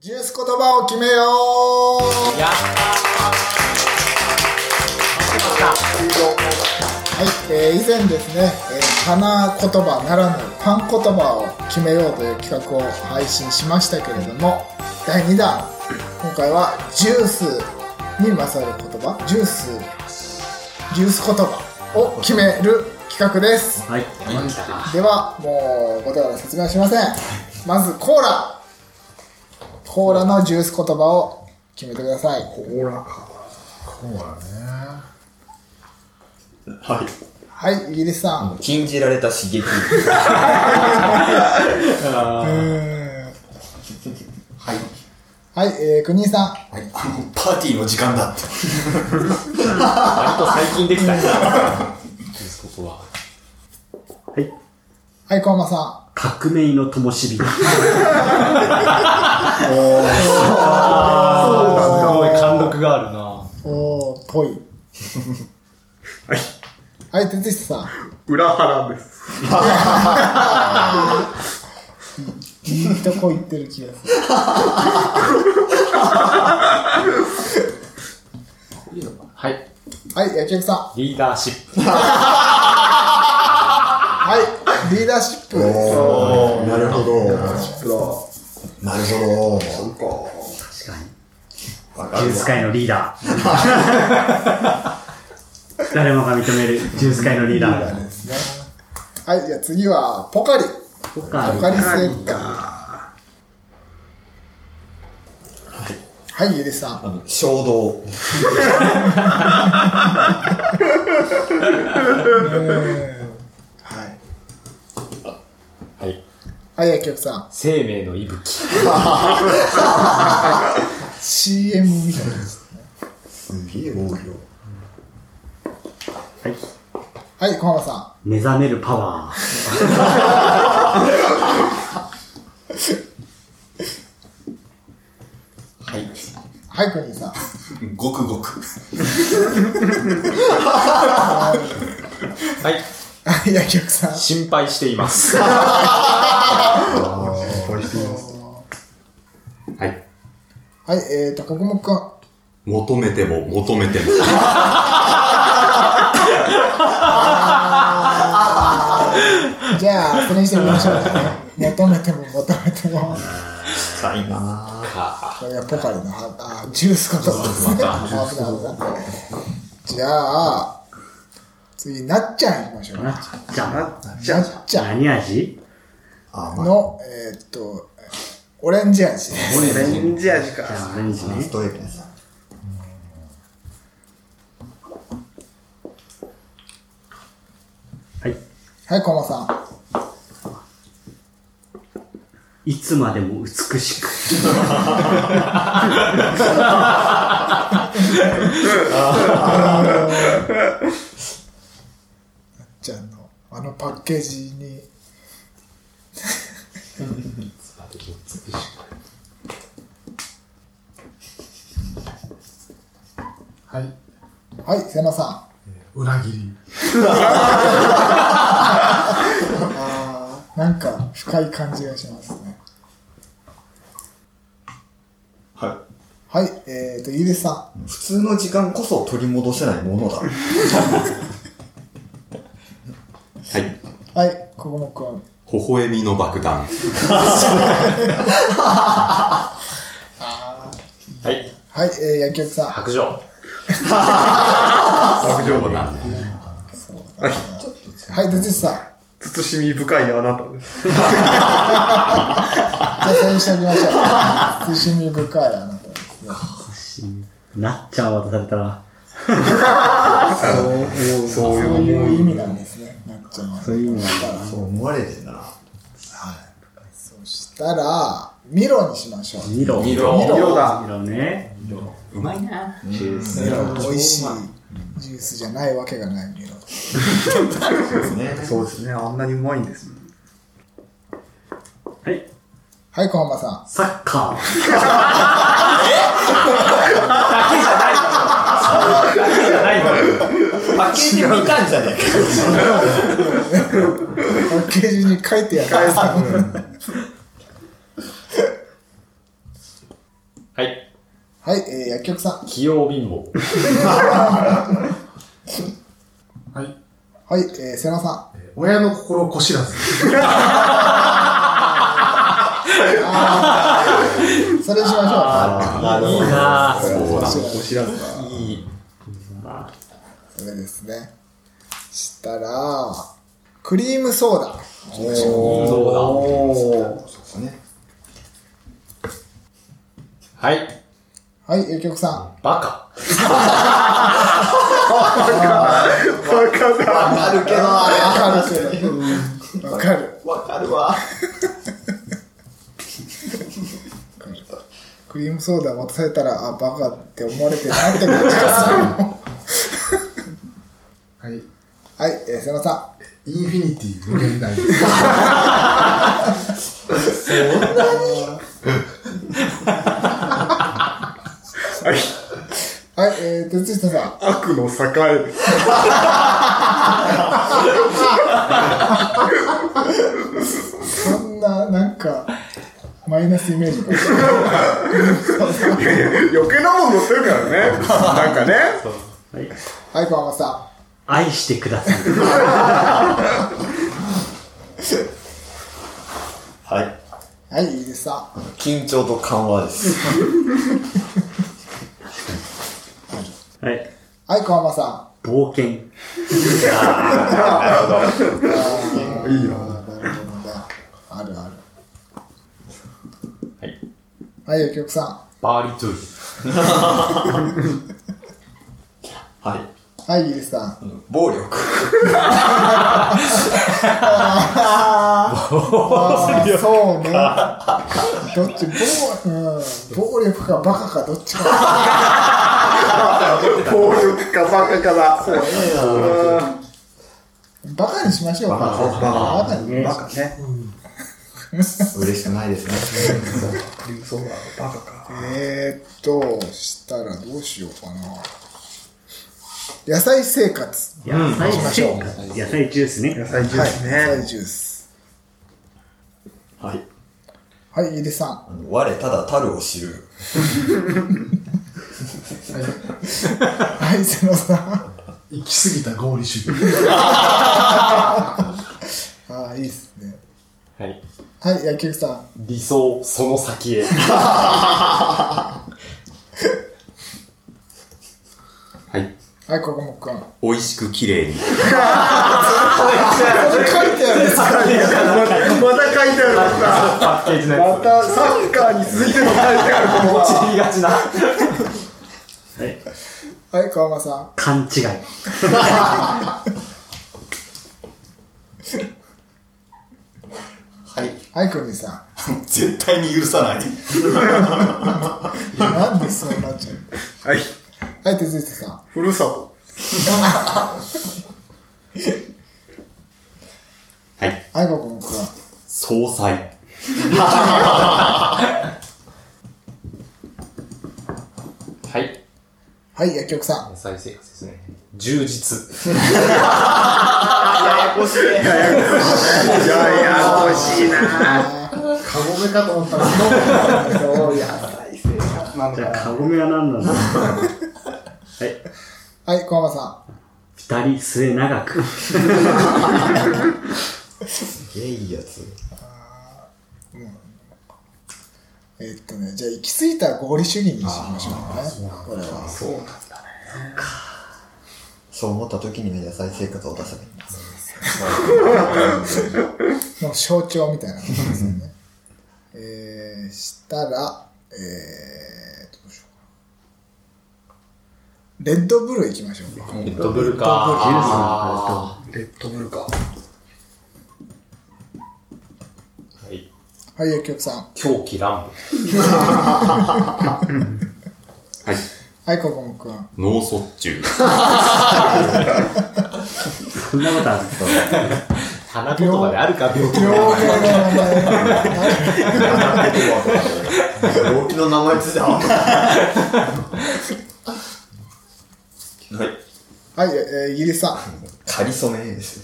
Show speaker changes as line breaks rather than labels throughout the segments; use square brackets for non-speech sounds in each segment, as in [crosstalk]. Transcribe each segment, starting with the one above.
ジュース言葉を決めよ
やった
うはい、えー以前ですね、えー花言葉ならぬパン言葉を決めようという企画を配信しましたけれども第2弾今回はジュースに勝る言葉ジュースジュース言葉を決める企画です
はい。
山北か
ではもう言葉で説明はしませんまずコーラコーラのジュース言葉を決めてください
コーラか。コーラね。はい。
はいイギリスさん
禁じられた刺激。
はい。
はい、えー、国井さん。
パーティーの時間だって。
割と最近できたねここは
はい。
はい、小浜さ。
革命の灯火。
あーすごい貫禄があるなん
おー、ぽい。はい。はい、哲久さ
裏腹です。
ん。いいとこ行ってる気がする。
はい
はい、野球さん。
リーダーシップ
はい、リーダーシップ。
おーなるほど。なるほど。
ジュース界のリーダー。誰もが認めるジュース界のリーダー。
はい、じゃあ次は、ポカリ。
ポ
ポ
カ
カリスエッカ。はい、イギリスさん。
衝動。
はい。
はい
はい、野球さん。
生命の息吹
CM みたいな。
すげえ多いよ。
はい。
はい、小浜さ
目覚めるパワー。
はい。
ん。はい、国井さん。
ごくごく。
はい
はい、野球さん。
心配していますは
は
い
い、えーと、国木くん。
求めても求めても。
じゃあ、これにしてみましょう、ね。求めても求めても。
さいな
これはポカリの、あ、あジュースかと思いますね。危ない危ないじゃあ、次、なっちゃん行きましょう
な
ね。
っちゃ
なっち
ん。
ゃん
何味
の、えーっと、オレンジ味です。
オレンジ味か。じゃあオレンジね。
ストレートです。
はい。
はい、コマさん。
いつまでも美しく。
じゃあの、あのパッケージに、
はい。
はい、瀬野さ
裏
[laughs]
切り。
ん。なんか、深い感じがしますね。
は
はい、えーっと、イギリスさん。
い。普通の時間こそ取り戻せないものだ。はい。
はい、国木くん。
微笑みの爆弾。
はい
はい、えー、薬局さん。
白状
爆弾はなん
はい、哲司さん。じ
慎み深いあなたです。
ゃあ、先にしておきましょう。慎み深いあなたですね。
なっちゃんを渡されたら、
そういう意味なんですね。なっちゃんは。
そういうのは
そう思われてんだな。
そしたら、ミロにしましょう。
ミロ。ミロ
ミロ
だ。
ね。
うまいな
ミロ美味しいジュースじゃないわけがないミロ。
そうですね。あんなにうまいんです。
はい。
はい、小浜さん。
サッカー。
ないの
パッケージ見たんじゃねえ
パッケージに書いてやる。は
はい。
はい、えー、薬局さ
器用貧乏。
はい。
ん。はい、えー、瀬名さん。
親の心をこしらず。
それにしましょ
なるほど。
あ
そうだ。
う。
知らずか。
いい。
それですね。したら、クリームソーダ。
おー。そうだね。
はい。
はい、薬局さ
バカ。
わかるけど、あれ
ん。わかるけど。わかる。
わかるわ。
クリームソーダ渡されたら、あ、バカって思われてるなって感じがする。
はい。イン
はい、えー、瀬名さ
フィニティ無限大。
ん。はい、えー、哲下さん。
悪の栄え。
そんな、なんか、マイナスイメージが。
余計なもん乗ってるからね。なんかね。
はい。
はい、パマさ
愛してください。
[laughs] はい。
ん。はい、いいですさん。
緊張と緩和です。
はい。
はい、小浜さ
冒険。
いいよ。
ん。なるほどね。あるある。
はい。
はい、薬局さ
バーリトゥー
はい。
ん。はい、イギリスさん。
暴力。
ああ、そうね。どっち、暴、うん、暴力かバカかどっちか。
[laughs] 暴力かバカかだ。そう
バカにしましょうか。
バ
バカに。
バカね。
嬉しくないですね。
クリームソーダバカか。
えーっと、したらどうしようかな。野菜生活。
野菜ジュース。野菜ジュース
野
ね。
菜ジュースね
はい、野菜。ジュース。
はい。
はい、イギリスさん。
あの我ただたるを知る。
はい、瀬野さん。
行き過ぎた合理主義。
ああ、いいっすね。
はい。
はい、薬局さん。
理想、その先へ。はい。
はい、ここもくん。こ
美味しく綺麗に。
れ書いてあるんですか
またまた書いてある。
パッケージのや
またサッカーに続いての書いてある。
つ。散りがちな。
はい、川間さん。
勘違い。
はい。
はい、くんにさ
絶対に許さない。
ん。なんでそうなっちゃう
はい。
のはい、哲てさん。
ふるさと。
はい。
はい、ここもくん。
総 [laughs] 裁。はい。
はい、薬局さん。
野菜生活ですね。充実。
ややこしいな。
カゴメかと思ったら、そうや。
じゃあ、カゴメは何なんだろうはい。
はい、川間さ
二人末長く。
すげえいいやつ。
ん。えーっとね、じゃあ、行き過ぎた合理主義にしましょうね。これは。
そうなんだね。そう思った時にね、野菜生活を出せばいいんだ。
の象徴みたいな感じですよね。えー、したら、えー、どうしようかな。レッドブル行きましょうか。
レッドブルか。
ジュ
レ
ースの
ッドブルか。
はい。
はい、薬局さん。
狂気乱舞。
はい、ここもくん。は
脳卒中。
そんなことある
花言葉であるか病気
い、
病気の名前ついては
えーイギリスさん。
かりそめですよ。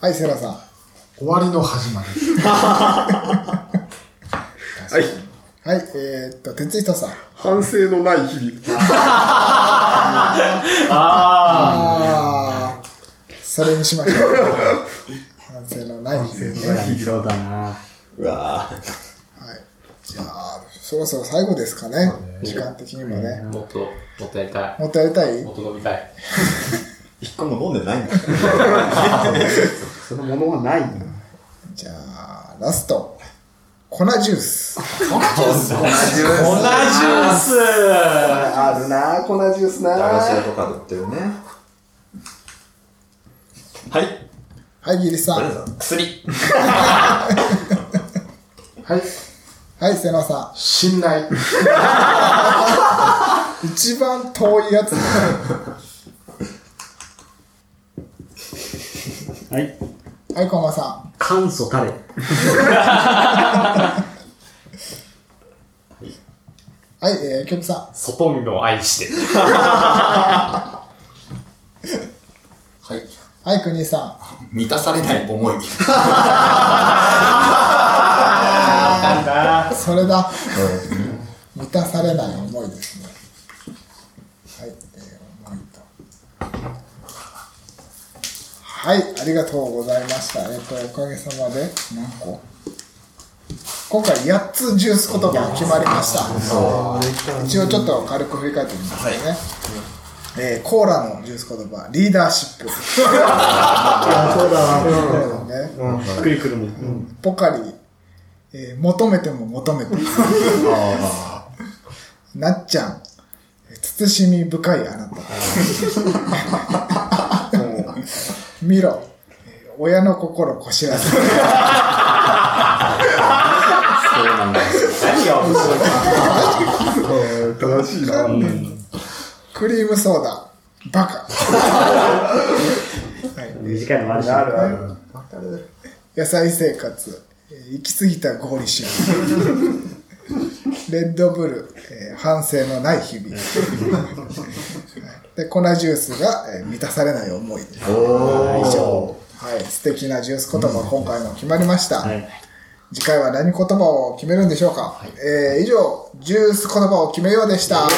はい、セラさん。
終わりの始まり。
あ
はい。
はい、えー、っと、哲人さん。
反省のない日々。
あー、それにしましょう。反省のない日々ね。はい。
そうだな。
うわぁ。
じゃあ、そろそろ最後ですかね。時間的にもね。
もっと、もっとやりた
もっとやりたい
い。もっと飲みたい。
一個も飲んでないんだ。
そのものはないんだ。
じゃあ、ラスト。粉ジュース。
粉ジュース
あるな、粉ジュースな。
駄菓子屋とかで売ってるね。はい。
はい、ギリさん。
とりあえ
は
ずは薬。
はい。
い、瀬野さ
信頼。
ん。一番遠いやつ。 [laughs] は
はい。
い、こんばんさ
簡素たれ。
ん。はい、えー、曲さ
外見を愛して。
はい。
ん。はい、国さ
満たされない思い。
ん。それだ。満たされない思いですね。はい、えー、思いと。はい、ありがとうございました。えっ、と、おかげさまで、何個今回8つジュース言葉が決まりました。一応ちょっと軽く振り返ってみますね。えーコーラのジュース言葉、リーダーシップ。
そうだな。
ね
うん。しっくりくるもん。うん。
ポカリ、えー求めても求めてもなっちゃん、えー慎み深いあなた。見ろ、えー親の心こしらせ。
そうなんだ。何が面
う
白い
ん正しいな。
クリームソーダ、バカ。
短いのもあるし。あるある。
野菜生活、えー行き過ぎた合理主義レッドブル、えー反省のない日々で粉ジュースが、えー満たされない思い以上、はい、素敵なジュース言葉今回も決まりました、
はい。
次回は何言葉を決めるんでしょうか、えー以上ジュース言葉を決めようでした、